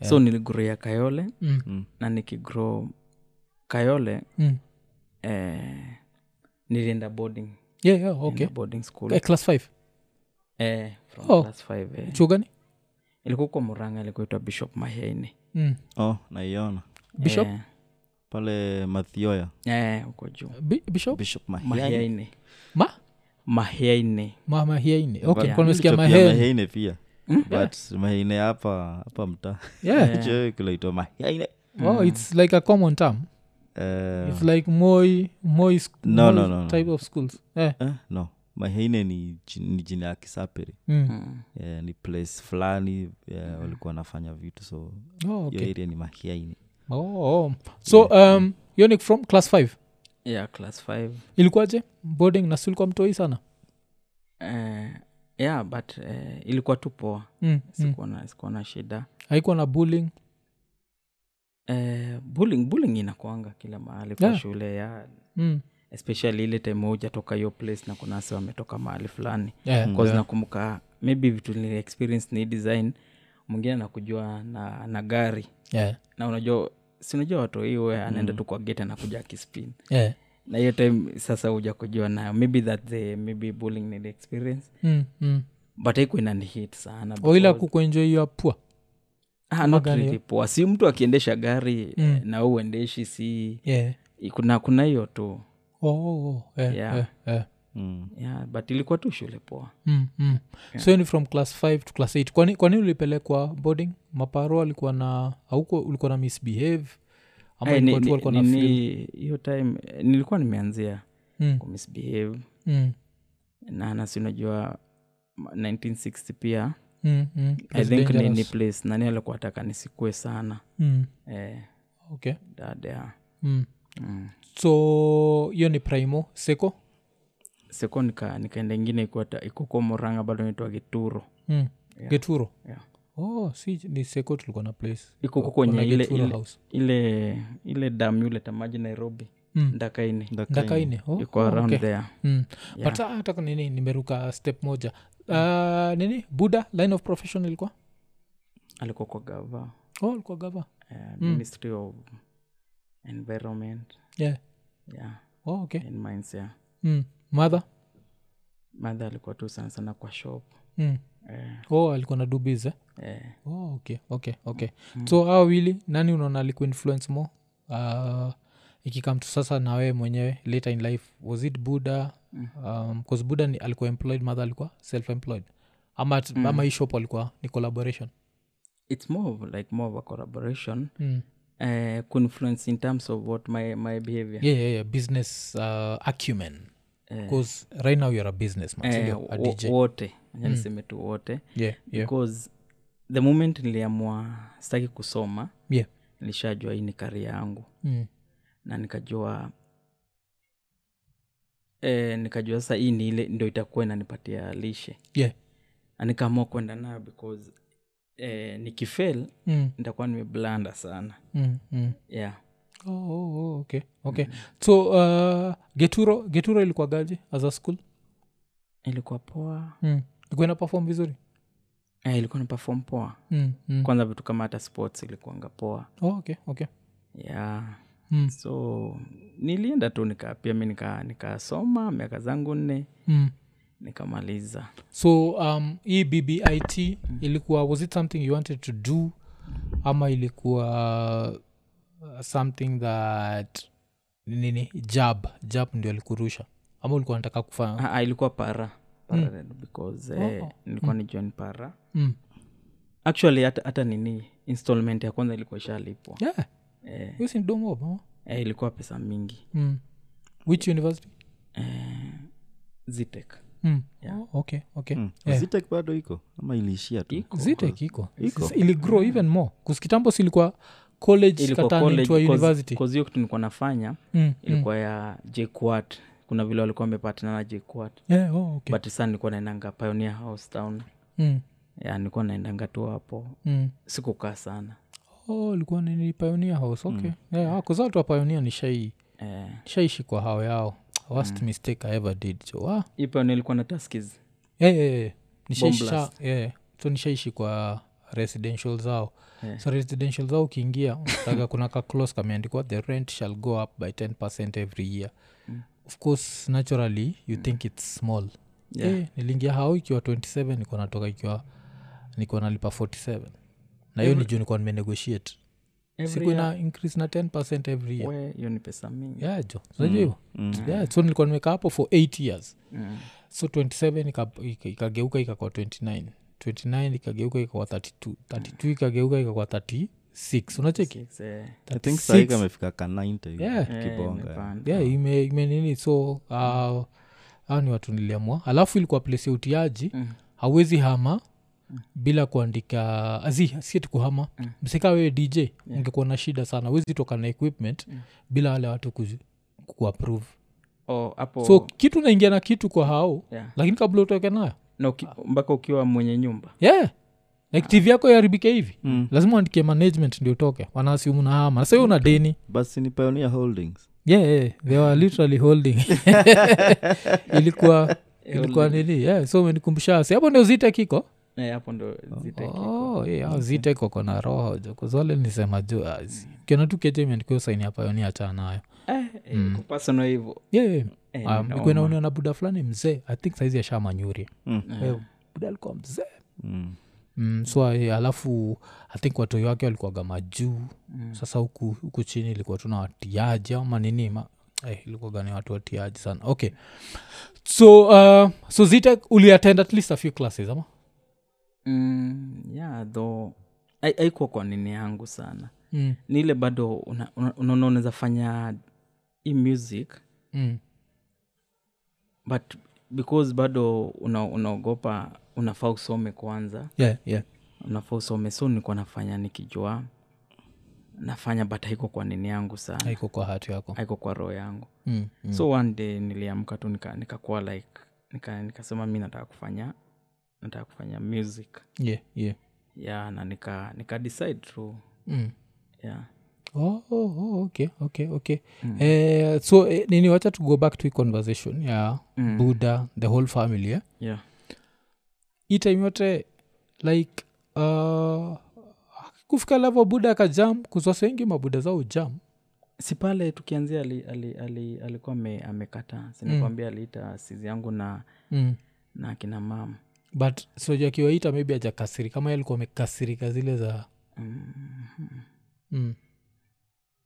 yeah. so niliguria kayole Mm. mm. na nikigrow kayole Mm. eh, nilienda boarding yeah, yeah, okay. Nilienda boarding school Eh, class 5 eh, from Oh. class five, Mm. eh. chuo gani ilikuwa kwa muranga ilikuwa itwa bishop maheini mm. oh naiona bishop eh, pale mathioya eh, huko juu Bi- bishop bishop Mahiaini. maheini ma maheini mama hiaine okay Ba- yeah. nimesikia Bishop ya mahe Mahiaini pia but maine hapa hapa mtaa yeah. Eh. Cheo kilaitwa mahiaine oh, it's like a common term Eh, it's like moi moi sc- No, no, Moi no, no. type of schools eh. eh, no mahiaine ni, ji- ni jina ya kisaperi mm. Mm. Eh, ni place fulani eh, walikuwa wanafanya vitu so oh, hiyo Hmm. okay. area ni mahiaine oh, oh. so um, yonic from class 5 yeah class five ilikuwaje boarding na silikuwa mtoi sana eh, yeah but eh, ilikuwa tu poa mm. Mm. sikuona mm. sikuona shida haikuwa na bullying eh, bullying bullying inakwanga kila mahali kwa Yeah. shule ya mm. especially ile time hujatoka hiyo place na kuna wase wametoka mahali fulani yeah. Mm, bcause nakumbuka maybe vitu nili experience ni design mwingine nakujua na, na gari Yeah. na unajua si unajua watu hiwe anaenda Mm. tu kwa gate anakuja akispin Yeah. na hiyo time sasa huja kujua nayo maybe that the, maybe bullying nili experience Mm. Mm. but haikuwa inanihit sana oila because- kukuenjoi ya pua Ah, not gari, really poa si mtu akiendesha gari Mm. eh, na wewe uendeshi si yeah. kuna kuna hiyo tu oh, oh, oh. Yeah, Yeah. yeah. Yeah. mm. yeah, but ilikuwa tu shule poa Mm, mm. Yeah. so hiyo ni from class 5 to class 8 kwani kwani ulipelekwa boarding maparo alikuwa na auko ulikuwa na misbehave ama Eh, ni- ulikuwa tu ni- walikuwa na ni- feel? ni- hiyo time eh, nilikuwa nimeanzia Mm, kumisbehave mm, na nasi unajua ma- 1960 pia mm, mm. i That's think ni, ni dangerous. place nani alikuwa ataka nisikue sana Mm, eh, okay dada mm. mm. so hiyo ni primo seko seko nika- nikaenda ingine ikuwa ta- ikuko moranga bado naitwa kituro mm. Yeah. geturo Yeah. oh si ni seko tulikuwa na place ikuko Kuna kwenye ile, Geturo ile, house ile ile dam yuleta maji nairobi Mm. ndakaini Ndakaini. ndakaine oh, iko oh, around okay. there mm. Yeah. Mm. but ah, hata kwa nini nimeruka step moja uh, nini buda line of profession ilikuwa alikuwa kwa gava oh ilikuwa gava eh, Mm. ministry of environment yeah yeah, oh, okay and mines yeah. mm. mother madha alikuwa tu sana sana kwa shop mm. eh, oh alikuwa na dubiz eh? eh, oh, okay okay okay Mm. so hawa wili nani unaona alikuinfluence mo uh, ikikam tu sasa na wewe mwenyewe later in life was it buda Mm. um, 'cause buda ni, alikuwa employed mother alikuwa self employed ama, mm. Mm. ama hii shop alikuwa ni collaboration it's more of like more of a collaboration mm. uh, influence in terms of what my my behavior yeah, yeah, yeah. business uh, acumen Eh, bcause right now you're a business man eh, sindio? a wo- dj wote acha niseme tu wote yeah, yeah. because the moment niliamua sitaki kusoma Yeah. nilishajua hii ni karia yangu Mm. na nikajua eh, nikajua sasa hii ni ile ndo itakuwa inanipatia lishe Yeah. na nikaamua kwenda nayo because eh, nikifel Mm, nitakuwa nimeblanda sana mm, mm. yeah Oh, oh, oh, okay okay so uh, geturo geturo ilikuwa gaji as a school ilikuwa poa mm. ilikuwa ina perform vizuri eh, ilikuwa ni perform poa mm, mm. kwanza vitu kama hata sports ilikuanga poa oh, okay okay yeah mm, so nilienda tu nika pia mi nika- nikasoma miaka zangu nne mm. nikamaliza so um, hii bbit ilikuwa was it something you wanted to do ama ilikuwa uh, something that nini jab jab ndio alikurusha ama ulikuwa nataka kufanya Ah, ah, ilikuwa para Parallel because eh, Hmm. Oh, oh. nilikuwa ni join para mm. actually hata, hata nini installment ya kwanza ilikuwa ishalipwa yeah eh, you seem dumb, huh? eh, ilikuwa pesa mingi mm. which university eh, zitek mm. Yeah. oh, okay okay Mm. Yeah. zitek bado iko ama iliishia tu Iko. Mm. zitek iko Iko. Sasa iligrow even more kuskitambo silikuwa college Ilikuwa katani college, to a 'cause- university 'cause hiyo kitu nilikuwa nafanya Mm, mm. ilikuwa ya jquat kuna vile walikuwa wamepatana na jquat Yeah, oh, okay. but saa nilikuwa naendanga pioneer house town Mm, ya nilikuwa naendanga tu hapo mm. sikukaa sana Oh, ilikuwa nini pioneer house okay Mm. yeah, ah, 'cause watu wa pioneer nishai eh, nishaishi kwa hao yao worst Mm. mistake i ever did so ah, hii pioneer ilikuwa na taskis yeah, yeah, yeah. Nishaishi Bomb blast. sha- yeah, yeah. so nishaishi kwa residential zao Yeah. so residential zao ukiingia unataka kuna ka clause kameandikwa the rent shall go up by 10 percent every year Mm. of course naturally you think its small Yeah. Eh, niliingia hao ikiwa 27 nikuwa natoka ikiwa nikuwa nalipa 47 na hiyo ni Every- juu nikuwa nimenegotiate Every siku year, ina increase na 10 percent every year we, hiyo ni pesa mingi yeah jo unajua hiyo? Mm. yeah, so nilikuwa nimekaa hapo for 8 years Mm. so 27 ika- ika- ikageuka ikakuwa 29 29 ikageuka ikakuwa 32 32 ikageuka ikakuwa 36 unacheki Six, eh. i think sahii 36. kamefika ka 90 Yeah. Eh, kibonga imepanda. yeah ime- imenini so uh, hao ni watu niliamua alafu ilikuwa place ya utiaji Mm. hawezi hama bila kuandika azi sieti kuhama Mm. msika wewe dj ungekuwa na shida sana wezi toka na equipment Mm. bila wale watu kuzi- kuapprove Oh, hapo so kitu naingia na kitu kwa hao yeah. lakini kabla utoke nayo na uki, mpaka ukiwa mwenye nyumba yeah Ah. like tv yako iharibike hivi Mm. lazima uandikie management ndio utoke wanaasiumu na hama nasa una deni basi ni pioneer holdings yeah, yeah. they were literally holding ilikuwa ilikuwa nini yeah, so umenikumbusha si hapo ndio zitek iko Eh, hapo ndo zitekiko Oh, yeah, zitek wako na roho jokozole nisema ju kiona tu keja imeandikiwa saini hapa yoni achana nayo Eh, Mm. kupasana hivo yeah, yeah. Eh, ni Um, noma. nilikuwa naona na buda fulani mzee i think saizi ashamanyuri mm. Eh, buda alikuwa mzee Mm. mm, so eh, alafu i think watoi wake walikuwaga majuu mm. sasa huku, huku chini ilikuwa tuna watiaji ama nini ma, eh, ilikuwaga ni watu watiaji sana okay so uh, so zita uliattend at least a few classes ama mm, yeah though ai- haikuwa kwa nini yangu sana mm. ni ile bado unaona una, unaona unaweza fanya hii music Mm. but because bado una- unaogopa unafaa usome kwanza Yeah, yeah. unafaa usome so nilikuwa nafanya nikijua nafanya but haiko kwa nini yangu sana haiko Ah, kwa hatu yako haiko kwa roho yangu mm. Mm. so one day niliamka tu nikakuwa nika nikakuwa like nika- nikasema mi nataka kufanya nataka kufanya music yeah, yeah. yeah na nika nika decide tu Mm. yeah Oh, oh, oh, okay, okay, okay. Eh, so eh, nini wacha to go back to hii conversation ya Mm. buddha the whole family eh? yeah hii time yote like uh, kufika levo buda akajam kuzwasi wengi mabuda zao jam si pale tukianzia ali, ali, ali, alikuwa ame, amekataa sinakwambia aliita sizi yangu na mm. na akina mama but soja akiwaita maybe ajakasirika kama alikuwa amekasirika zile za mm. Mm-hmm.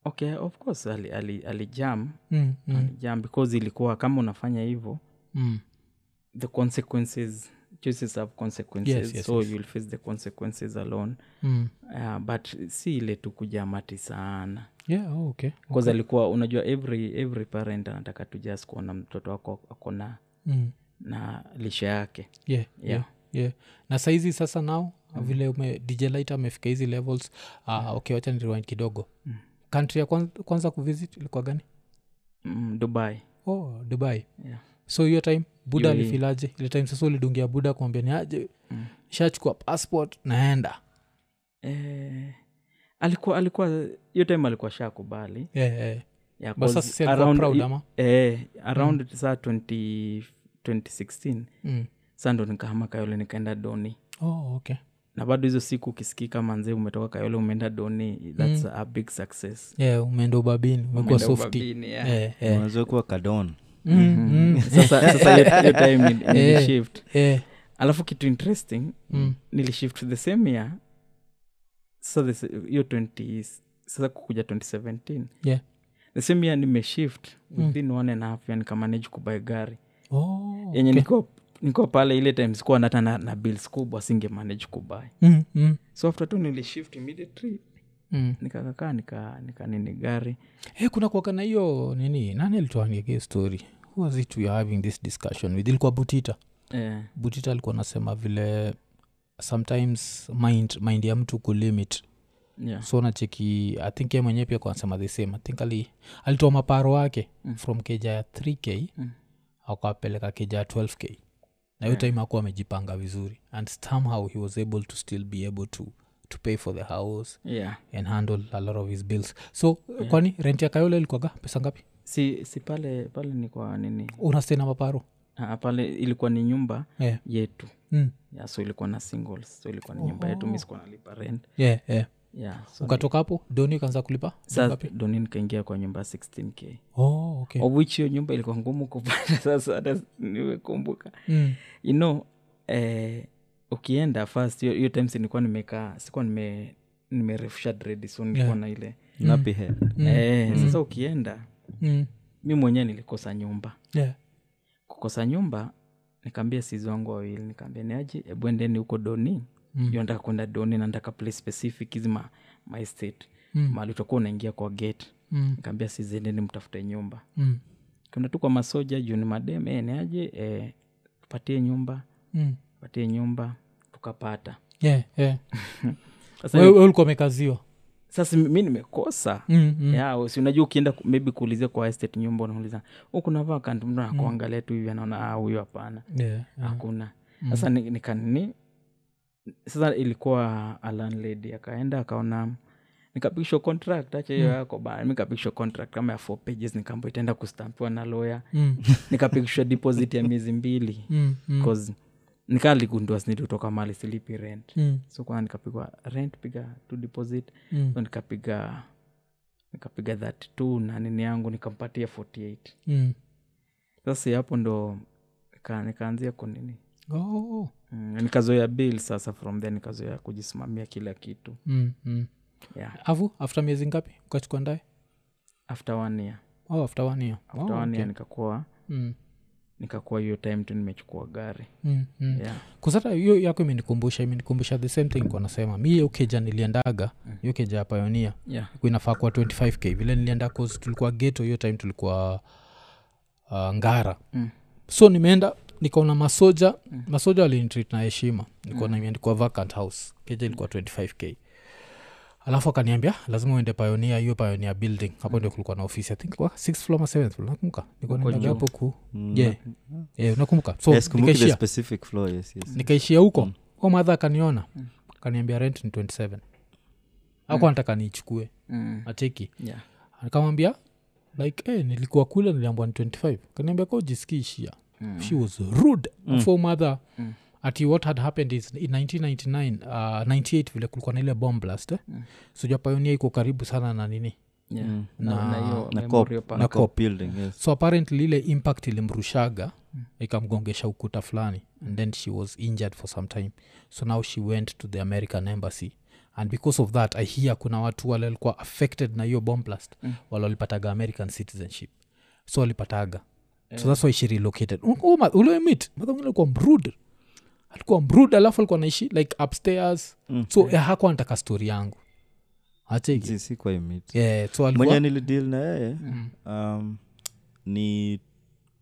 okay of course alijam ali, ali alijam Mm, mm, alijam because ilikuwa kama unafanya hivyo mm. the consequences choices have consequences Yes, yes, so yes. you'll face the consequences alone Mm. uh, but si ile tu kujamati sana yeah oh, okay bcause alikuwa unajua every every parent anataka tu just kuona mtoto wako ako na mm. na lishe yake yeah, Yeah. Mm-hmm. yeah. Yeah, na saizi sasa nao mm. vile ume, DJ Lite amefika hizi levels uh, okay wacha niriwind kidogo mm. country ya kwanza, kwanza kuvisit ilikuwa gani mm, dubai oh dubai yeah. so hiyo time buda Yui. alifilaje ile time sasa ulidungia buda kuambia ni aje mm. shachukua passport naenda eh, alikuwa alikuwa hiyo time alikuwa shakubali yeah, yeah. yeah, But 'cause sasa si alikuwa around proud i- ama eh, around saa 20 2016 mm. saa ndo nikahama kayole nikaenda doni oh, okay na bado hizo siku ukisikika manzee umetoka kayole umeenda doni thats mm. a big success yeah, umeenda ubabini umekuwa Umeenda softi ubabini, Mm-hmm. yeah. yeah, yeah. unaweza kuwa kadon mm, Eh. mm, sasa sasa hiyo- hiyo time nili- nilishift yeah. alafu kitu interesting Mm. nilishift the same year sasa the se- hiyo 20 sasa kukuja 2017 Yeah. Mm. the same year nimeshift within one and a half year nikamanage kubai gari Oh, yenye okay. niko niko pale ile time sikuwa na hata na, na bills kubwa singemanage kubai mm, mm, so after tu nilishift immediately mm. nikakakaa nika, nika nini gari Hey, Eh, kuna kuwaka na hiyo nini nani alituandiakia story who was it we are having this discussion with ilikuwa butita eh, butita alikuwa anasema vile sometimes mind, mind ya mtu kulimit yeah. so nacheki i think ye mwenyewe pia kanasema the same i think ali, alitoa maparo wake mm. from keja ya 3k Mm. mm. akawapeleka keja ya 12k na hiyo time akuwa amejipanga vizuri and somehow he was able to still be able to, to pay for the house yeah. and handle a lot of his bills so yeah. kwani rent ya kayole ilikwaga pesa ngapi si si pale pale nikwa nini unastena maparo Ah, pale ilikuwa ni nyumba yeah. yetu mm. yeah, so ilikuwa na singles so ilikuwa ni nyumba yetu mi sikuwa nalipa rent yeah, yeah. yeah, so ukatoka hapo doni ukaanza kulipa sa doni nikaingia kwa nyumba 16k oh, okay. of which hiyo nyumba ilikuwa ngumu kupata sasa hata nimekumbuka mm. you know eh, ukienda first hiyo- hiyo time sinikuwa nimekaa sikuwa nime nimerefusha dredi so nilikuwa na Yeah. ile nappy head eh, sasa ukienda Mm. mi mwenyewe nilikosa nyumba Yeah. kukosa nyumba nikaambia sizi wangu wawili nikaambia niaji hebu endeni huko doni Mm. hiyo nataka kwenda doni na nataka place specific hizi ma, ma estate Mm. mahali utakuwa unaingia kwa gate Mm. nikaambia sizi endeni mtafute nyumba Mm. kuna tu kwa masoja juu ni madem e, niaje e, tupatie nyumba Mm. tupatie nyumba tukapata Yeah, yeah. sasa, Wewe- wewe ulikuwa umekaziwa sasa mi nimekosa Mm, mm. ya si unajua ukienda ku- maybe kuulizia kwa estate nyumba unauliza "Oh, kuna vacant mtu anakuangalia tu hivi anaona "Ah, huyu hapana Yeah, yeah. hakuna sasa ni- nikanini sasa ilikuwa a landlady akaenda akaona nikapishwa contract acha hiyo yako bana mi nikapishwa contract kama ya four pages nikaambo itaenda kustampiwa na lawyer Mm. nikapishwa deposit ya miezi mbili Mm. Mm. cause nikaa ligundua snidi kutoka mali silipi rent Mm. so kwanza nikapigwa rent piga tu deposit Mm. so nikapiga nikapiga 32 na nini yangu nikampatia 48 Mm. sasa hapo ndo nika- nikaanzia kunini Oh. mm, nikazoea bill sasa from then nikazoea kujisimamia kila kitu Mm. Mm. yeah. avu after miezi ngapi ukachukua ndaye after one year oh, after one year after oh, one okay. year nikakuwa mm. nikakuwa hiyo time tu nimechukua gari Mm. Mm. yeah. kusata hiyo yako imenikumbusha imenikumbusha the same thing kwa nasema mi hiyo keja niliendaga Mm. hiyo keja ya payonia Yeah. ilikuwa inafaa kuwa 25k vile nilienda cause tulikuwa geto hiyo time tulikuwa uh, ngara Mm. so nimeenda nikaona masoja mm. masoja walinitreat na heshima nikaona mm. imeandikwa vacant house keja ilikuwa 25k alafu akaniambia lazima uende payonia hiyo payonia building hapo ndio kulikuwa na ofisi i think kwa 6 floor ma 7 floor nakumbuka Mm. nilikuwa Huko naendaga juu. Mm. hapo ku yeah. yeah, unakumbuka so Mm, Yes, kumbuki the nikaishia specific floor, yes, yes. nikaishia huko mm. madha akaniona Mm. akaniambia rent ni 27 ako nataka niichukue Mm. acheki Yeah. akamwambia like hey, nilikuwa kule niliambwa ni 25 kaniambia ka ujisikii shia mm. she was rude mm. for mother mm. ati what had happened is in 1999 uh, 98 vile kulikuwa na ile bomb blast eh? mm. sujapayonia iko karibu sana na nini Yeah. Mm. Na, na hiyo Na Memorial cop- Park. na Na cop cop. building, yes. so apparently ile impact ilimrushaga ikamgongesha ukuta fulani and then she was injured for some time so now she went to the american embassy and because of that i hear kuna watu wale walikuwa affected na hiyo bomblast mm. wale walipataga american citizenship so walipataga yeah. so that's why she relocated uliwemit madhangilikuwa mrud alikuwa mrud alafu alikuwa naishi like upstairs mm. so yeah. hakuwa nataka story yangu acheki Si- si kwa hii meet. yeah, Mm. so mwenye alikuwa nilideal na yeye um, ni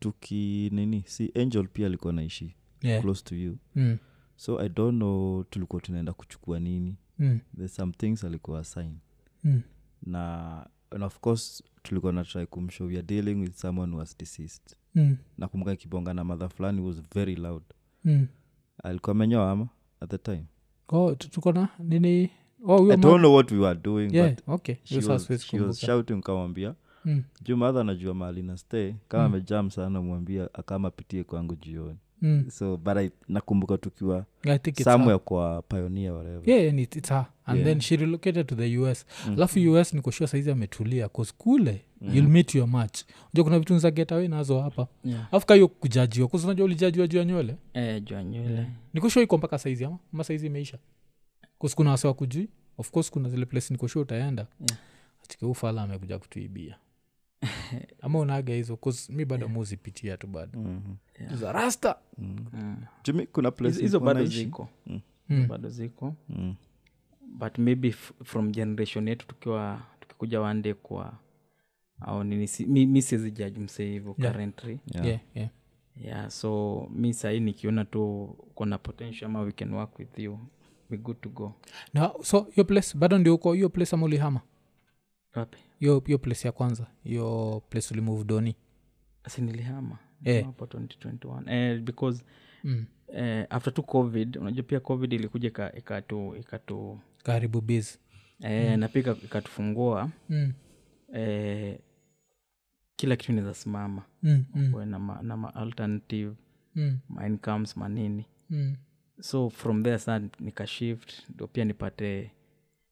tuki nini si angel pia alikuwa naishi yeah. close to you mm. so i don't know tulikuwa tunaenda kuchukua nini Mm. There's some things alikuwa assign Mm. na and of course tulikuwa na try kumshow weare dealing with someone who was deceased Mm. nakumbuka ikibonga na madha fulani who was very loud Mm. alikuwa amenyoa ama at the time oh, tu- tuko na nini oh, huyo i man- don't know what we were doing yeah, but okay. she Hiyo sasa was, siwezi she was kumbuka. shouting kamwambia Mm, juu madha anajua mahali na stay kama amejam sana mwambia akama apitie kwangu jioni mm. so but I, nakumbuka tukiwa I think it's her. somewhere kwa pioneer whatever Yeah, and it- it's her. and Yeah. Mm. then she relocated to the us alafu us nikoshua saizi ametulia bcause kule you'll meet your match ja kuna vitu za getaway nazo hapa Yeah. afu kahiyo kujajiwa bcause unajua ulijajiwa juu ya nywele Eh, jua nywele nikoshua iko mpaka saizi ama ama saizi imeisha bcause kuna wasewa kujui of course kuna zile place nikoshua utaenda Yeah. atikeu fala amekuja kutuibia ama unaga hizo bcause mi bado muzipitia tu bado Mhm. za rasta Mm. Jimmy, kuna place Hizo- hizo ulikuwa bado unaishi? ziko Mm. bado ziko Mm. but maybe f- from generation yetu tukiwa tukikuja wande kwa au nini si- mi, mi siwezi jaji msee hivyo Yeah. currently Yeah. Yeah, yeah. yeah so mi sahii nikiona tu kona potential ama we can work with you we good to go na so hiyo place bado ndio uko hiyo place ama ulihama papi hiyo hiyo place ya kwanza hiyo place ulimove doni si nilihama Eh. Nilihama hapo 2021 eh, because mm. eh, after tu covid unajua pia covid ilikuja ika- ikatu ikatu karibu base eh, na pia ika- ikatufungua mm. eh, kila kitu inaweza simama mm. mm. kuwe na, ma, na ma alternative mm, ma incomes manini mm, so from there sa nikashift ndo pia nipate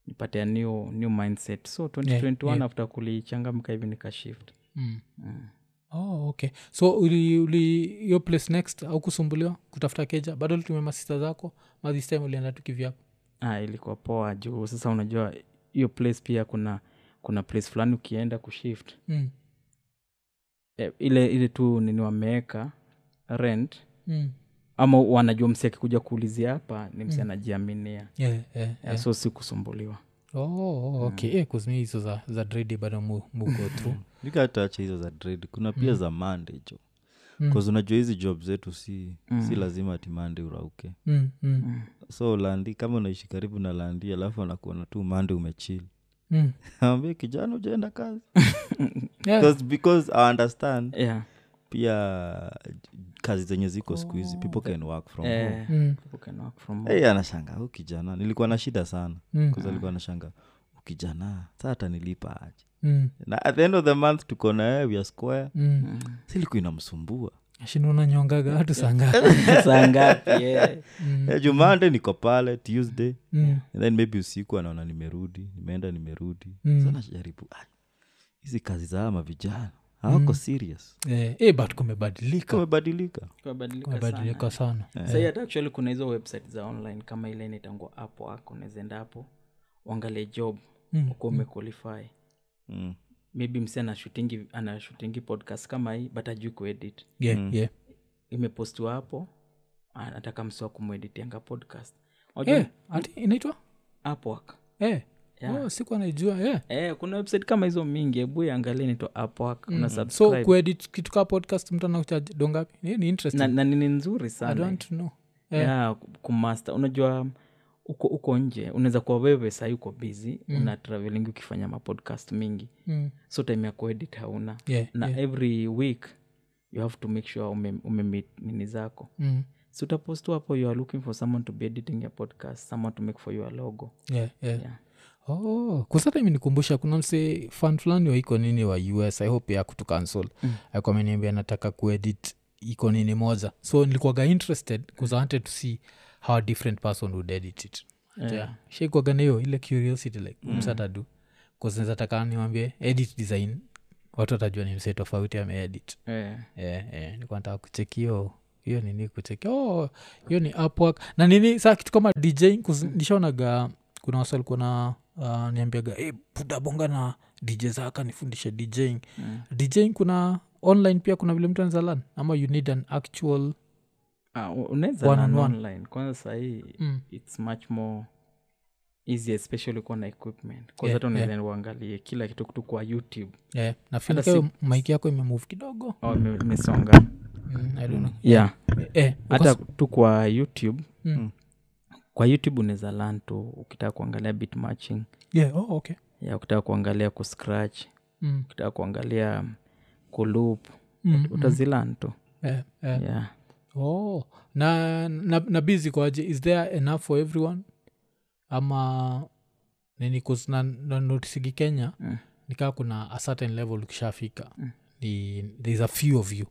nipate a new, new mindset so 2021 yeah. after kulichangamka hivi nikashift mm. oh okay so uli, uli your place next au kusumbuliwa kutafuta keja bado ulitumia masista zako ma this time ulienda tukivyapo ah, ilikuwa poa juu sasa unajua hiyo place pia kuna kuna place fulani ukienda kushift mm. eh, ile ile tu nini wameweka rent mm. ama wanajua msi akikuja kuulizia hapa ni msi anajiaminia yeah, Mm. yeah, yeah. so sikusumbuliwa oh, okay yeah, kuzimia hizo za, za dredi bado mu, mu go through nikatacha hizo za dread kuna pia za mande jo Mm. bcause unajua hizi job zetu si si lazima ati mande urauke mm, mm, so landi kama unaishi karibu na landi alafu anakuona tu mande umechili mm. ambie kijana ujaenda kazi Yeah. 'Cause- because i understand yeah. pia kazi zenye ziko siku hizi people can work from home eh, Mm, you can work from home. hey, anashanga "Huyu kijana nilikuwa na shida sana Mm. mm. alikuwa anashanga "Huyu kijana saa atanilipa aje mm, na at the end of the month tuko na yeye we are square mm. siliku inamsumbua shindo unanyongaga hatu sangaa Mm. saa ngapi yeah. Mm-hmm. Eh, jumande niko pale tuesday mm. and then maybe usiku anaona nimerudi nimeenda nimerudi Mm. sana jaribu "Ah, hizi kazi za ama vijana hawako Mm. serious eh, eh, but kumebadilika kumebadilika Kubadilika sana. kumebadilika sana sahi hata actually kuna hizo website za online kama ile inaitangwa ah, hapo ako unawezaenda hapo uangalie job Mm, ukuwa umequalify mm. maybe msi anashutingi anashutingi podcast kama hii but ajui kuedit yeah, yeah. imepostiwa hapo anataka msi wa kumweditianga podcast Wajua, Eh, ati inaitwa Upwork. eh. Yeah. oh, siku anaijua yeah. Eh, kuna website kama hizo mingi hebu angalia nitwa Upwork, Mm. una so subscribe. kuedit kitu kaa podcast mtu anakuchaji dongapi ni, ni interesting na, na nini nzuri i sana don't know yeah, kumaste unajua uko uko nje unaweza kuwa wewe sahii uko busy mm. una traveling ukifanya mapodcast mingi mm. so time ya kuedit hauna yeah, na yeah. every week you have to make sure ume, ume nini zako Mm. so utapost tu hapo you are looking for someone to be editing your podcast someone to make for your logo yeah, yeah. Yeah. Oh, kusata imenikumbusha kuna mse fan fulani wa iko nini wa us i hope ya kutu cancel mm. alikuwa ameniambia nataka kuedit iko nini moja so nilikuwaga interested bcause i wanted to see how a different person would edit it yeah. shaikwaga nayo ile curiosity like mm. msatadu kazinezataka niwambie edit design watu watajua ni mse tofauti ameedit Eh, yeah, yeah. nilikuwa nataka kucheki hiyo hiyo nini kucheki oh, hiyo ni upwork na nini saa kitu kama dj nishaonaga kuna wasa alikuwa na uh, niambiaga hey, budabonga na dj zaka nifundishe djing mm. djing kuna online pia kuna vile mtu anzalan ama you need an actual ah, u- unaweza One learn on one. online kwanza sahii Mm. its much more easy especially kuwa na equipment Yeah, kwanza hata unaweza uangalie kila kitu tu kwa youtube yeah, nafil Hata kayo maiki yako imemove kidogo au ime- imesonga mm, I don't know. yeah Eh, hata because- tu kwa youtube Mm. kwa youtube unaweza lan tu ukitaka kuangalia bit matching yeah, oh, okay. ya ukitaka kuangalia kuscratch Mm, ukitaka kuangalia kulup mm, utazilan tu eh, eh. yeah. oh na na, na busy kwaje is there enough for everyone ama nini cause na, na notisigi kenya Mm. nikaa kuna a certain level ukishafika Eh. ni there's a few of you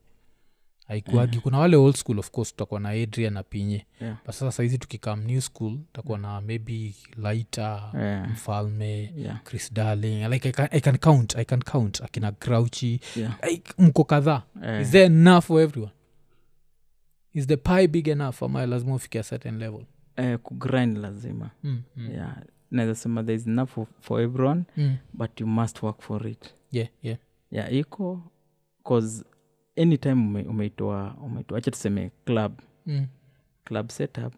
aikuagi kuna wale old school of course tutakuwa na adria na pinye Eh. Yeah. but sasa saizi tukikam new school tutakuwa na maybe lighter Yeah. mfalme Yeah. chris darling like I can, i can count i can count akina grouchy Yeah. like, mko kadhaa Eh, is there enough for everyone is the pie big enough ama lazima ufike a certain level eh, kugrind lazima mm, mm, yeah. naweza sema there is enough for, for everyone mm. but you must work for it yeah yeah yeah iko cause anytime ume- umeitoa umeitoa acha tuseme club mm, club setup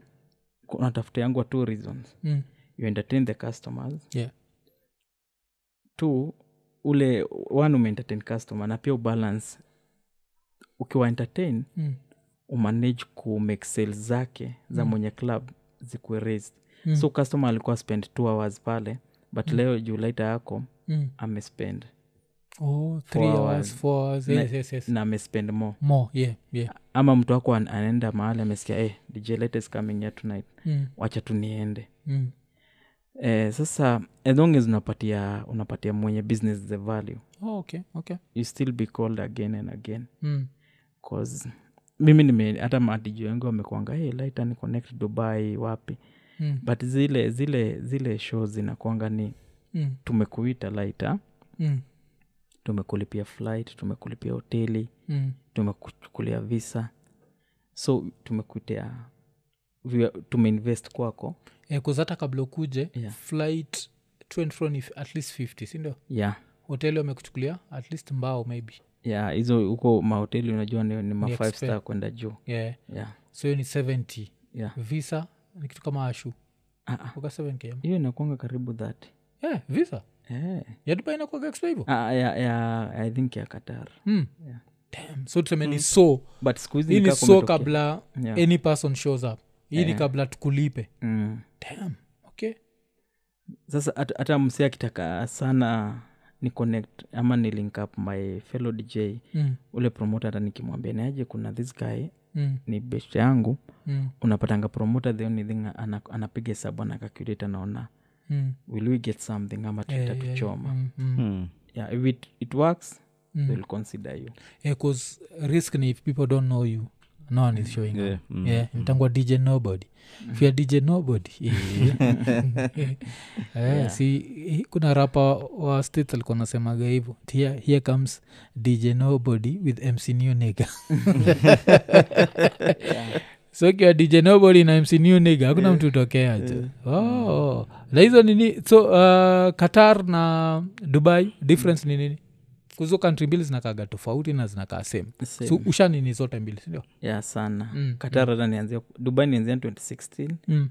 unatafuta yangu two reasons mm, you entertain the customers yeah two ule one umeentertain customer na pia ubalance ukiwa entertain mm, umanage kumake sales zake za Mm. mwenye club zikuwe raised Mm. so customer alikuwa spend two hours pale but leo julaita yako mm. amespend oh Four three hours hours. four hours yes yes yes na amespend more more yeah yeah ama mtu wako an- anaenda mahali amesikia eh, hey, dj Lite is coming here tonight mm, wacha tuniende mm. eh, sasa as long as unapatia unapatia mwenye business the value oh okay okay you still be called again and again mm. cause mimi nime hata madiji wengi wamekuanga hey, laita ni connect dubai wapi Mm, but zile zile zile show zinakwanga ni mm, tumekuita laita mm, tumekulipia flight tumekulipia hoteli mm, tumekuchukulia visa so tumekuitea vya- tumeinvest kwako Eh, 'cause hata kabla ukuje Yeah. flight to and fro ni f- at least 50 sindio yeah hoteli wamekuchukulia at least mbao maybe yeah hizo huko mahoteli unajua ni, ni ma five expensive. star kwenda juu yeah. yeah so hiyo ni 70 yeah visa ni kitu kama ashu Ah, ah. uka 7km hiyo inakwanga karibu that yeah, visa eh. yaduba inakuaga extra hivo ah, ya, ya, i think ya qatar mm. Yeah. Damn, so tuseme ni so but siku hizi hii ni nikaa so kumetokea. kabla Yeah. any person shows up hii ni Yeah. kabla tukulipe Mm. Damn, okay sasa hata- hata msi akitaka sana ni connect ama ni link up my fellow dj mm. ule promoter hata nikimwambia niaje kuna this guy Mm. ni best yangu Mm. unapatanga promoter the only thing ana, anapiga hesabu anakaculate anaona Mm. will we get something ama Eh, tuta eh, tuchoma mm, mm. Hmm. yeah, if it, it works Mm. they'll consider you Eh, 'cause risk ni if people don't know you no one is showing up Yeah, mm. yeah Hmm. mtangwa dj nobody if you're dj nobody eh, eh, si eh, kuna rapa wa states alikuwa nasemaga hivo here, here comes dj nobody with mc new nigger so kiwa dj nobody na mc new nigger hakuna mtu utokea jo oh. na hizo nini so uh, qatar na dubai difference ni nini kuzo kantri mbili zinakaga tofauti na zinakaa same Same. so usha nini zote mbili sindio yeah sana Mm, qatar hata nianzia dubai nianzia 2016 mm.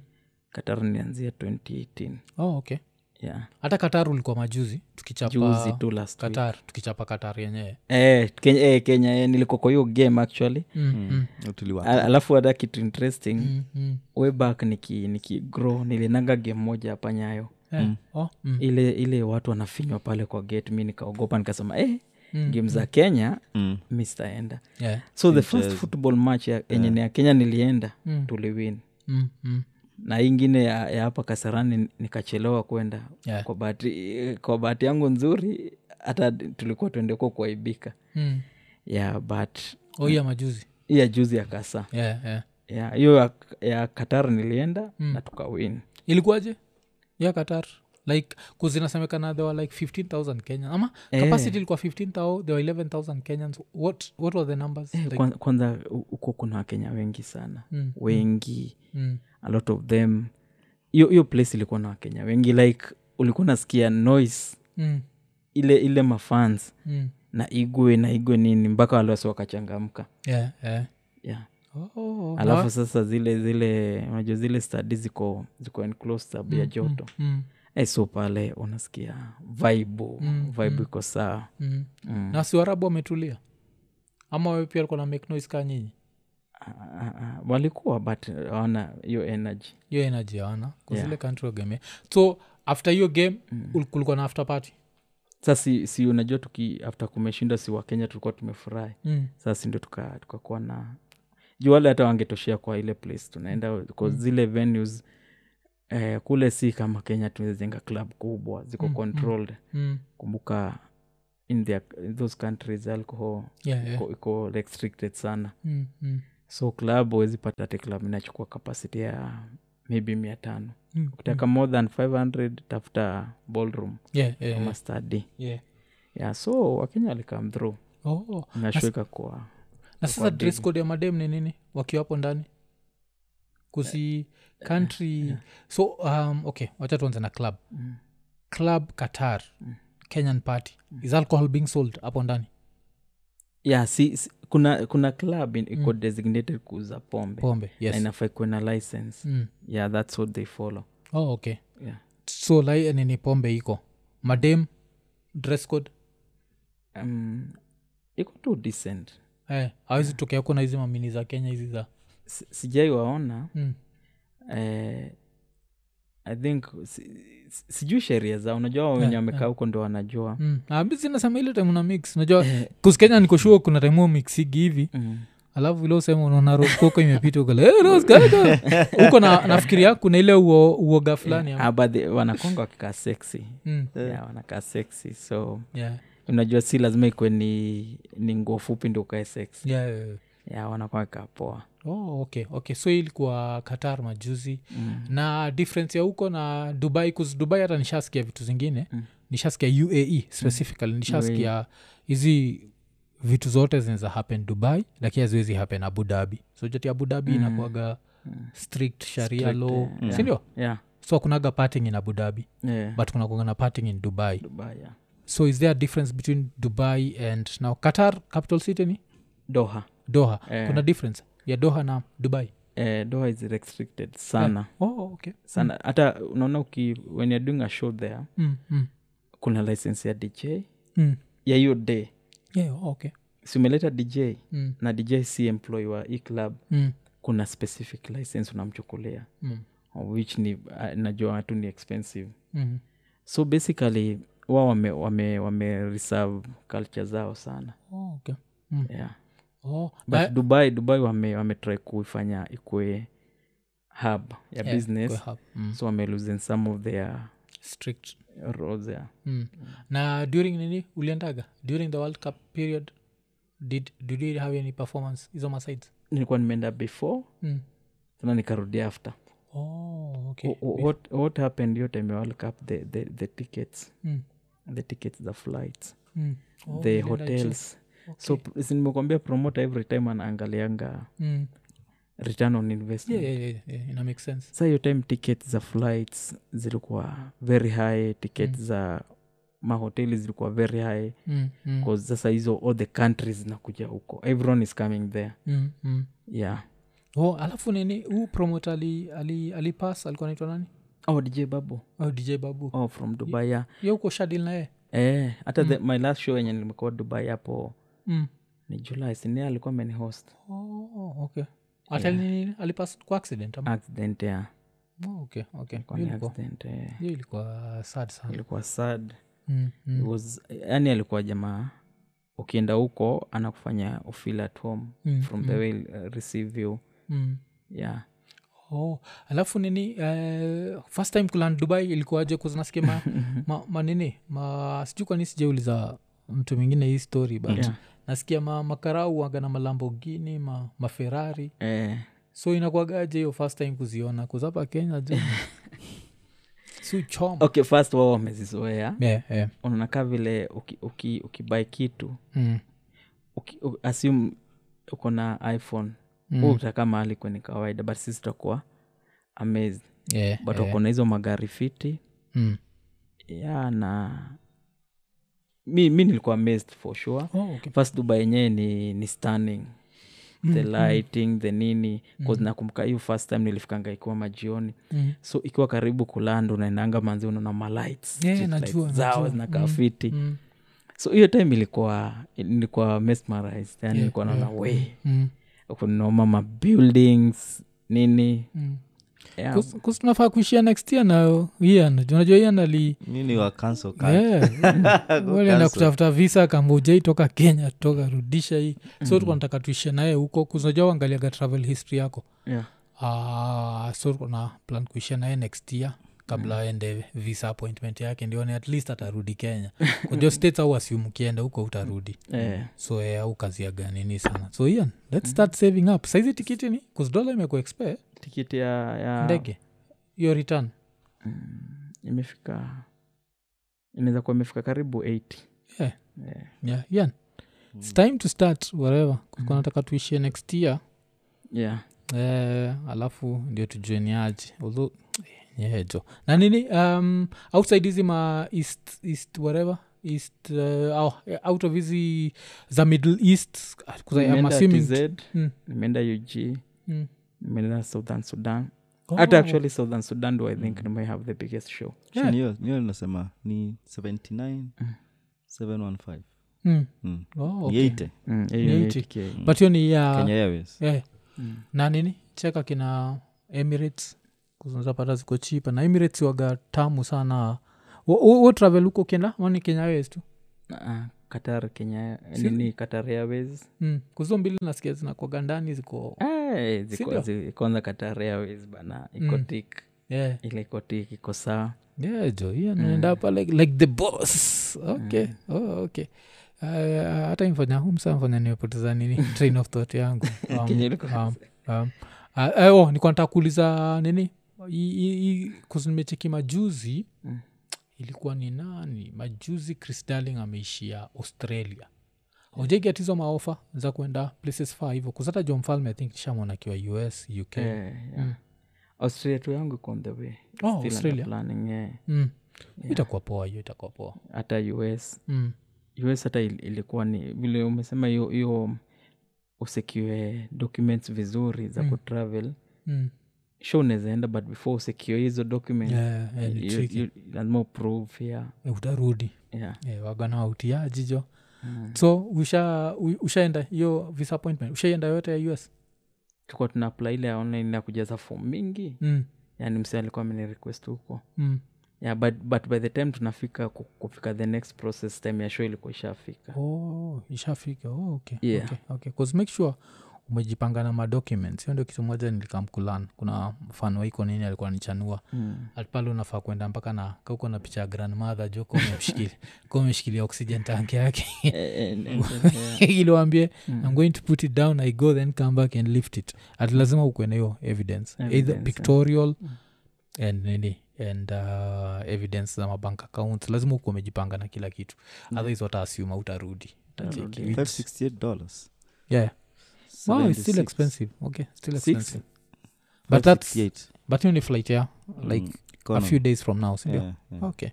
qatar nianzia 2018 oh, okay yeah hata katar ulikuwa majuzi juzi tukichapa tu last week. katar tukichapa katar yenyewe eh, kenya, eh, kenya eh, niliko kwa hiyo game actually mm. mm. Tuliwa- Al- alafu hata kitu interesting mm. mm, mm. way back niki, niki grow nilinanga game moja hapa nyayo Eh, oh, mm. ile ile watu wanafinywa pale kwa gate mi nikaogopa nikasema eh, mm. game za kenya Mm. mistaenda Yeah. so the first football match ya- yenye yeah. ya kenya nilienda Mm. mm. tuliwin Mm, mm. na hii ingine ya ya hapa kasarani nikachelewa kwenda Yeah. kwa bahati kwa bahati yangu nzuri hata tulikuwa tuendeko kuaibika Mm. yeah but Oh, Mm. hii ya majuzi hii ya juzi ya kasa yeah, yeah. Yeah, hiyo ya, ya qatar nilienda Mm. mm. na tukawin ilikuwaje ya qatar like kuzinasemekana there were like 15000 kenyan ama Eh. capacity ilikuwa 15000 there were 11000 kenyans what, what were the numbers Eh, like, kwan- kwanza hu- huko kuna wakenya wengi sana Mm. wengi mm. a lot of them hiyo hiyo place ilikuwa na wakenya wengi like ulikuwa unasikia noise Mm. ile ile mafans Mm. na igwe na igwe nini mpaka walewasi wakachangamka Yeah, yeah. yeah. Oh, alafu sasa zile zile unajua zile stadi ziko ziko enclosed sababu ya joto mm. eh, so pale unasikia vaibu Mm, vaibu iko sawa Mm. Mm. na si warabu wametulia ama wewe pia alikuwa na make noise kaa nyinyi Ah, ah, ah, walikuwa but awana hiyo energy hiyo energy hawana Yeah. kuzile country wagame so after hiyo game mm. kulikuwa na after party sasa si, si unajua tuki after kumeshinda si wakenya tulikuwa tumefurahi mm. sasa ndio tukakuwa tuka tukakuwa na juu wale hata wangetoshea kwa ile place tunaenda mm. zile venues eh, kule si kama kenya tunazenga club kubwa ziko Mm, mm. mm. controlled Mm. kumbuka in their, in those countries alcohol Yeah, yeah. iko- iko restricted sana Mm. Mm. so club huwezi pata ti club inachukua capacity ya maybe mia tano Mm. ukitaka more than 500 tafuta ballroom Yeah, yeah, ama yeah. study Yeah. yeah so wakenya walikam through Oh. nashweka kwa na sasa demu. dress code ya madem ni nini wakiwa hapo ndani Eh, kusi country so um, okay wacha tuanze na club Mm. club qatar kenyan party is alcohol being sold hapo ndani yeah si, si, kuna kuna club in- iko designated kuuza pombe pombe na Mm. yes inafai kuwe na license mm. yeah that's what they follow oh, okay yeah so lai eh, nini pombe iko madem dress code um, iko tu decent eh, awezi Mm. tokea kuna hizi mamini za kenya hizi za Si- sijai waona mm. eh, i think si, si- sijui sheria zao unajua wenye yeah. wamekaa huko ndo wanajua Eh, mm. zinasema ile time una mix Eh. najua kuskenya nikoshua kuna time huo mixigi hivi mm. alafu ile usema unaona rose koko imepita ukale hey, rose kaka." huko na, nafikiria kuna ile uo, uoga fulani Ah, but they- wanakwanga wakikaa sexy Mm, yeah, wanakaa sexy so yeah, unajua si lazima ikuwe ni ni nguo fupi ndi ukae sexy yeah, yeah, yeah. ya wanakuwa wakikaa poa oh, okay okay so hii ilikuwa qatar majuzi mm. na difference ya huko na dubai kuz dubai hata nishasikia vitu zingine mm. nishasikia uae specifically mm. nishasikia hizi vitu zote zinaweza happen dubai lakini haziwezi happen abu dhabi so jati abu dhabi mm. inakuaga strict sharia Strict, law eh, yeah. sindio yeah. so akunaga parting in abu dhabi yeah. but kunakuaga na parting in dubai dubai yeah. so is there a difference between dubai and now qatar capital city ni doha doha Eh. kuna difference ya doha na dubai eh, doha is restricted sana yeah. oh, okay sana hata unaona uki when you're doing a show there mm, mm, kuna license ya dj mm. ya hiyo day yeah, oh, okay si umeleta dj Mm. na dj si employ wa e club mm, kuna specific license unamchukulia mm, which ni uh, najua tu ni expensive mm. so basically wao wame, wame, wame reserve culture zao sana Oh, okay mm. yeah. oh, but na- dubai dubai wame, wame try kuifanya ikue hub ya yeah, business kwa hub. Mm. so wame losing some of their strict roles yeah. mm. na during nini uliendaga during the world cup period did, did you have any performance hizo masides nilikuwa nimeenda before mm. tena nikarudi after oh, okay. okay. what, what happened hiyo time ya world cup the, the, the tickets mm. the tickets the flights Mm. Oh, the ulienda hotels Okay. so pr- si nimekwambia promoter every time anaangalianga juu. Mm. return on investment Yeah, yeah, yeah, yeah. ina make sense sa hiyo time ticket za flights zilikuwa very high ticket mm. za mahoteli zilikuwa very high mm. Mm. 'cause sasa hizo all the countries zinakuja huko everyone is coming there Mm. Mm. yeah Oh, alafu nini huu promote ali, ali, alipas alikuwa naitwa nani oh dj babu oh, dj babu oh from dubai yeah. yeuko shadil naye eh hata the, my last show yenye nimekuwa dubai hapo mm. ni july sini alikuwa amenihost oh, okay hata nini alipas kwa accident ama? accident yeah. oh, okay, okay. Ah. Kwa ni hiyo ilikuwa- accident eh. hiyo ilikuwa sad sana ilikuwa sad mm. It Mm. was yani alikuwa jamaa ukienda huko anakufanya ufeel at home Mm, from the way uh, receive you Mm. yeah Oh, alafu nini uh, first time kulan dubai ilikuwaje kuzinasikia ma, ma, manini ma, sijui kwani sijauliza mtu mwingine hii story but Yeah. nasikia ma, makarau waga na malambogini ma, maferari eh, so inakwagaje hiyo first time kuziona kuzapa kenya je si uchoma okay first wao wamezizoea yeah, yeah. unaona kaa vile ukibai uki, ukibuy kitu mm. uki, u, assume uko na iphone Mm. mm. utakaa mahali kweni kawaida but sisi tutakuwa amazed yeah, but yeah. yeah. na hizo magari fiti Mm. ya na mi, mi nilikuwa amazed for sure Oh, okay. first duba yenyewe ni, ni stunning the Mm-hmm. lighting the nini mm. nakumbuka hiyo first time nilifikanga ikiwa majioni Mm. so ikiwa karibu kulanda unaendanga manzi unaona malights Yeah, street najua, lights zao najua. zinakaa fiti Mm. so hiyo time ilikuwa nilikuwa mesmerized yani Yeah, nilikuwa naona we Mm. kunoma mabuildings nini Mm. yeah. Kus- kus tunafaa kuishia next year na ian unajua ian ali nini wa cancel card? Ah, Yeah. walienda Cancel. kutafuta visa kambojai toka kenya toka rudisha hii Mm. so tuka nataka tuishie naye huko kuzinajua uangaliaga travel history yako yeah. Ah, so tuko na plan kuishia naye next year kabla aende visa appointment yake ndione at least atarudi kenya kujo states au asiumu kienda huko utarudi Eh, so eh, au kaziaga nini sana so ian let's start saving up saizi tikiti ni kuzdola imekua expe tikiti ya, ya mm, ndege hiyo return imefika inaweza kuwa imefika karibu 8 yeah. yeah. yeah. ian its time to start whatever mm. nataka tuishie next year yeah. eh, alafu ndio tujue ni aje although nyejo na nini um, outside hizi ma east east whatever east uh, au- out of hizi za middle east ah, 'cause I am Nimeenda assuming- TZ, Mm, nimeenda ug mm. nimeenda southern sudan Oh, hata actually southern sudan do i think mm. may have the biggest show Yeah. Ni hiyo- ni hiyo nasema ni 79 715 mm. Mm. Oh, Ni okay. 80 mm, hiyo Ni ni 80. 80K. but hiyo ni ya kenya airways eh, Mm. na nini cheka kina emirates kuzapata ziko chipa na emirates waga tamu sana Wo- wo wo travel huko kenda mani kenya Airways tu Ah, qatar kenya Si- nini qatar airways mm. kuzo mbili nasikia zinakwaga ndani ziko Eh, ziko- Sindio? zi- kwanza qatar airways bana iko Mm. tik yeah. ile iko tik iko sawa yeah, jo yeah, mm. naenda hapa like, like the boss okay mm. oh, okay uh, hata mfanya humsamfanya nimepoteza nini train of thought yangu um, Kenye ilikuwa- um, um, uh, uh, oh, nikuwa nataka kuuliza nini kuzi nimecheki majuzi Mm. ilikuwa ni nani majuzi chris darling ameishia australia aujaigatizwa maofa za kuenda places far hivo kuzata jo mfalme i think shamwona akiwa us uk Eh, yeah. Mm. australia tu yangu iko on the way Oh, Still under Australia. planning, eh. Mm. Yeah. itakuwa poa hiyo itakuwa poa hata us mm. us hata il- ilikuwa ni vile umesema hiyo hiyo usekiwe documents vizuri za Mm. kutravel Mm. sho unawezaenda but before usekiwe hizo document Yeah, yeah, Eh, ni you- tricky. you- lazima uprove yeah. Eh, utarudi yeah. Eh, wagana wautiaji jo mm. so usha u- ushaenda hiyo disappointment ushaenda yote ya us tukuwa tuna apply ile ya online na kujaza form mingi mm. yani msee alikuwa ameni request huko Mm. yeah, but, but by the time tunafika ku- kufika the next process time ya show ilikuwa ishafika oh, ishafika oh, okay. Yeah. okay, okay. 'Cause make sure umejipanga na madocuments hiyo ndio kitu moja nilikamkulan kuna mfano iko nini alikuwa nichanua mm. pale unafaa kwenda mpaka na kauko na picha ya grandmother jo ka umemshikilia ka umeshikilia oxygen tank yake Eh, and- and- and- yeah. ili waambie Mm. i'm going to put it down i go then come back and lift it at lazima ukuwe na hiyo evidence, Evidence, either eh. pictorial and nini and uh, evidence za mabank accounts lazima ukuwa umejipanga na kila kitu Mm. otherwise wataasuma utarudi Utacheki. Utarudi. Which- That's 68 dollars yeah. wow, it's still 76. expensive okay still Six. expensive but that's 68. but hiyo ni flight yeah like Mm, a economy. few days from now sindio Yeah, yeah. okay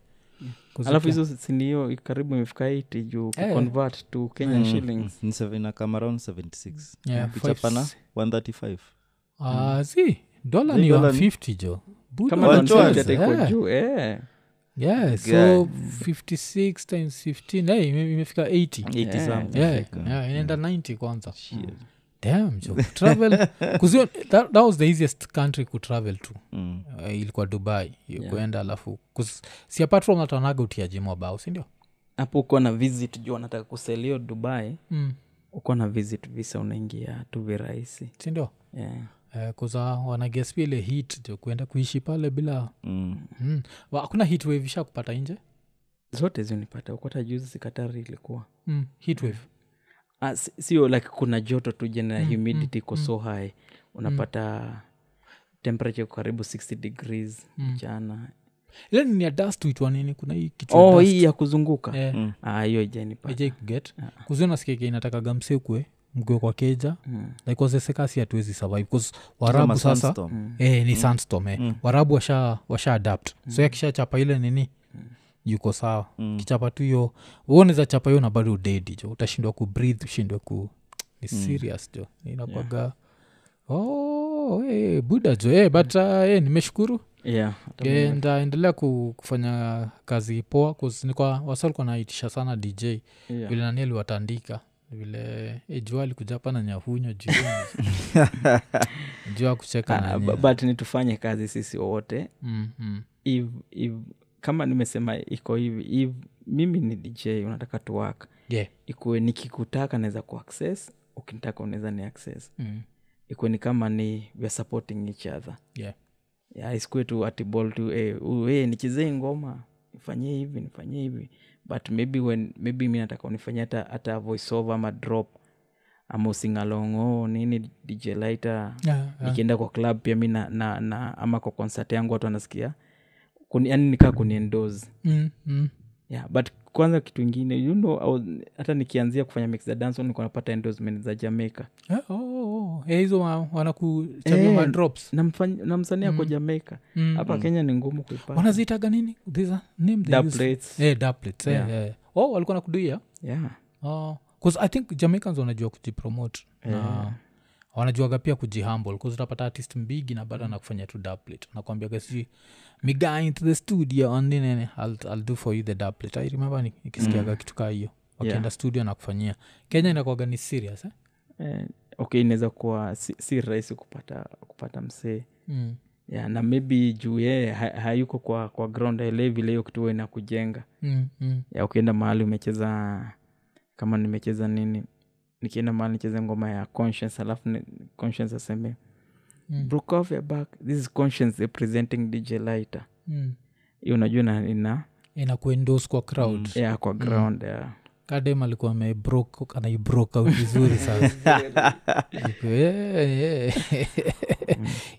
'Cause alafu it- hizo sindio karibu imefika iti juu Eh. kuconvert to kenyan Mm, shillings mm, ni seven- inakam around 76 yeah, picha five- pana 135 Ah, si dola Ni ni dola ni- 150 jo Buda kama Wachwa- 150 hata iko yeah. juu Hmm. eh. yeah so 56 times 15 hey, ime- imefika 80 80 Yeah. something. yeah, Africa. yeah, inaenda 90 kwanza Shit. damn jo travel kuzio that, that was the easiest country kutravel to Mm. uh, ilikuwa dubai yeah. Yeah. kuenda alafu 'cause si apart from that wanaga utiaji mabao sindio hapo uko na visit juu anataka kuselio dubai mm. uko na visit visa unaingia tu virahisi Eh. sindio yeah. uh, kuza wanagespi ile hit jo kuenda kuishi pale bila Mm. mm. Wa- hakuna hit wave isha kupata nje zote zinipata ukata juzi sikatari ilikuwa mm. hit wave Ah, si- sio like kuna joto tu jena Mm, humidity mm, iko mm. so high unapata temperature iko karibu 60 degrees Mm. mchana ile ni ya dust huitwa nini kuna hii kitu ya oh dust. hii ya kuzunguka Eh, Mm. Ah, hiyo ijanipata ijaikuget kuzionasikiaga inatakaga msekwe mkwe kwa keja mm. likozesekasi hatuwezi survive bcause warabu Kama sasa sandstorm. eh, ni sandstorm eh. Mm. warabu washa, washa adapt so yakishachapa ile nini yuko sawa Mm. kichapa tu hiyo uoneza chapa hiyo na bado udedi jo utashindwa kubreathe ushindwe ku ni Mm. serious jo inakwaga oh, eh, buda jo eh, but uh, eh, nimeshukuru yeah, hata Yeah, mimi- ndaendelea ku- kufanya kazi poa 'cause nilikuwa wasalikuwa naitisha sana dj yeah. vile nani aliwatandika vile eh, jua alikuja hapa na nyahunyo juu jua kucheka Ah, na bu- nyie. but ni tufanye kazi sisi wote Mm, mm. if, if, kama nimesema iko hivi if mimi ni dj unataka tu work Yeah. ikuwe nikikutaka naweza kuaccess ukinitaka unaweza ni access Mm. ikuwe ni kama ni we are supporting each other Yeah. yeah, isikue tu atibol tu eh, huyu, eh, nichezee ngoma nifanyie hivi nifanyie hivi but maybe when maybe mi nataka unifanyie hata hata voice over ama drop ama usingalongo nini dj lighter Yeah, yeah. nikienda kwa club pia mi na, na, na ama kwa concert yangu watu wanasikia kuni, yani nikaa kuniendos Mm, mm. yeah, but kwanza kitu ingine you know, I was, hata nikianzia kufanya mix za dance nilikuwa napata endorsement za jamaica Eh, oh, oh, oh. Eh, hizo wa- wanakuchavia Eh, madrops na mfany- na msanii ako Mm. jamaica Mm. hapa kenya ni ngumu kuipata wanaziitaga nini These are name they Dub use. plates. Eh, dub plates, eh, Yeah. eh. oh walikuwa nakuduia yeah. Oh, 'cause i think jamaicans wanajua kujipromote na wanajuaga pia kujihumble 'cause utapata artist mbigi na bado anakufanya tu duplet nakwambiaga si miga into the studio and nini, I'll, I'll do for you the duplet i remember ni- nikisikiaga kitu kaa hiyo wakienda Yeah. studio nakufanyia kenya inakwaga ni serious eh? eh, okay inaweza kuwa si, si rahisi kupata kupata msee mm. yeah, na maybe juu yeye ha- hayuko kwa kwa ground aelewi vile hiyo kitu huwa inakujenga Mm, mm, ya ukienda mahali umecheza kama nimecheza nini nikienda mahali nicheze ngoma ya conscience alafu ni- conscience aseme Mm. brook off your back this is conscience representing dj lighter mm. hiyo unajua na- ina inakuendos kwa crowd Mm. yeah, kwa ground yeah. kadem alikuwa amebrok anaibroka vizuri sasa Yuko, yeah, yeah.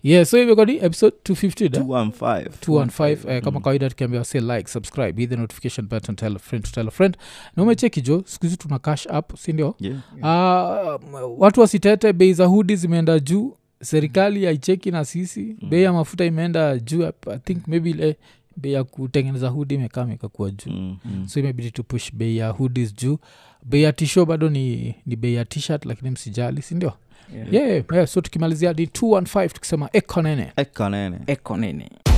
yeah so imekuwa ni episode 250 da? 215 215 eh, Mm. kama kawaida tukiambiwa say like subscribe hit the notification button tell a friend to tell a friend na umecheki jo siku hizi tuna cash up sindio Yeah. yeah. uh, watu wasitete bei za hudi zimeenda juu serikali haicheki na sisi mm. bei ya mafuta imeenda juu i think maybe ile bei ya kutengeneza hudi imekaa imekakuwa juu Mm, mm. so imebidi tu push bei ya hoodies juu bei ya tisho bado ni, ni bei ya tshirt lakini msijali sindio Yeah. yeah. yeah, yeah. so tukimalizia ni 215 tukisema ekonene Eka nene eko nini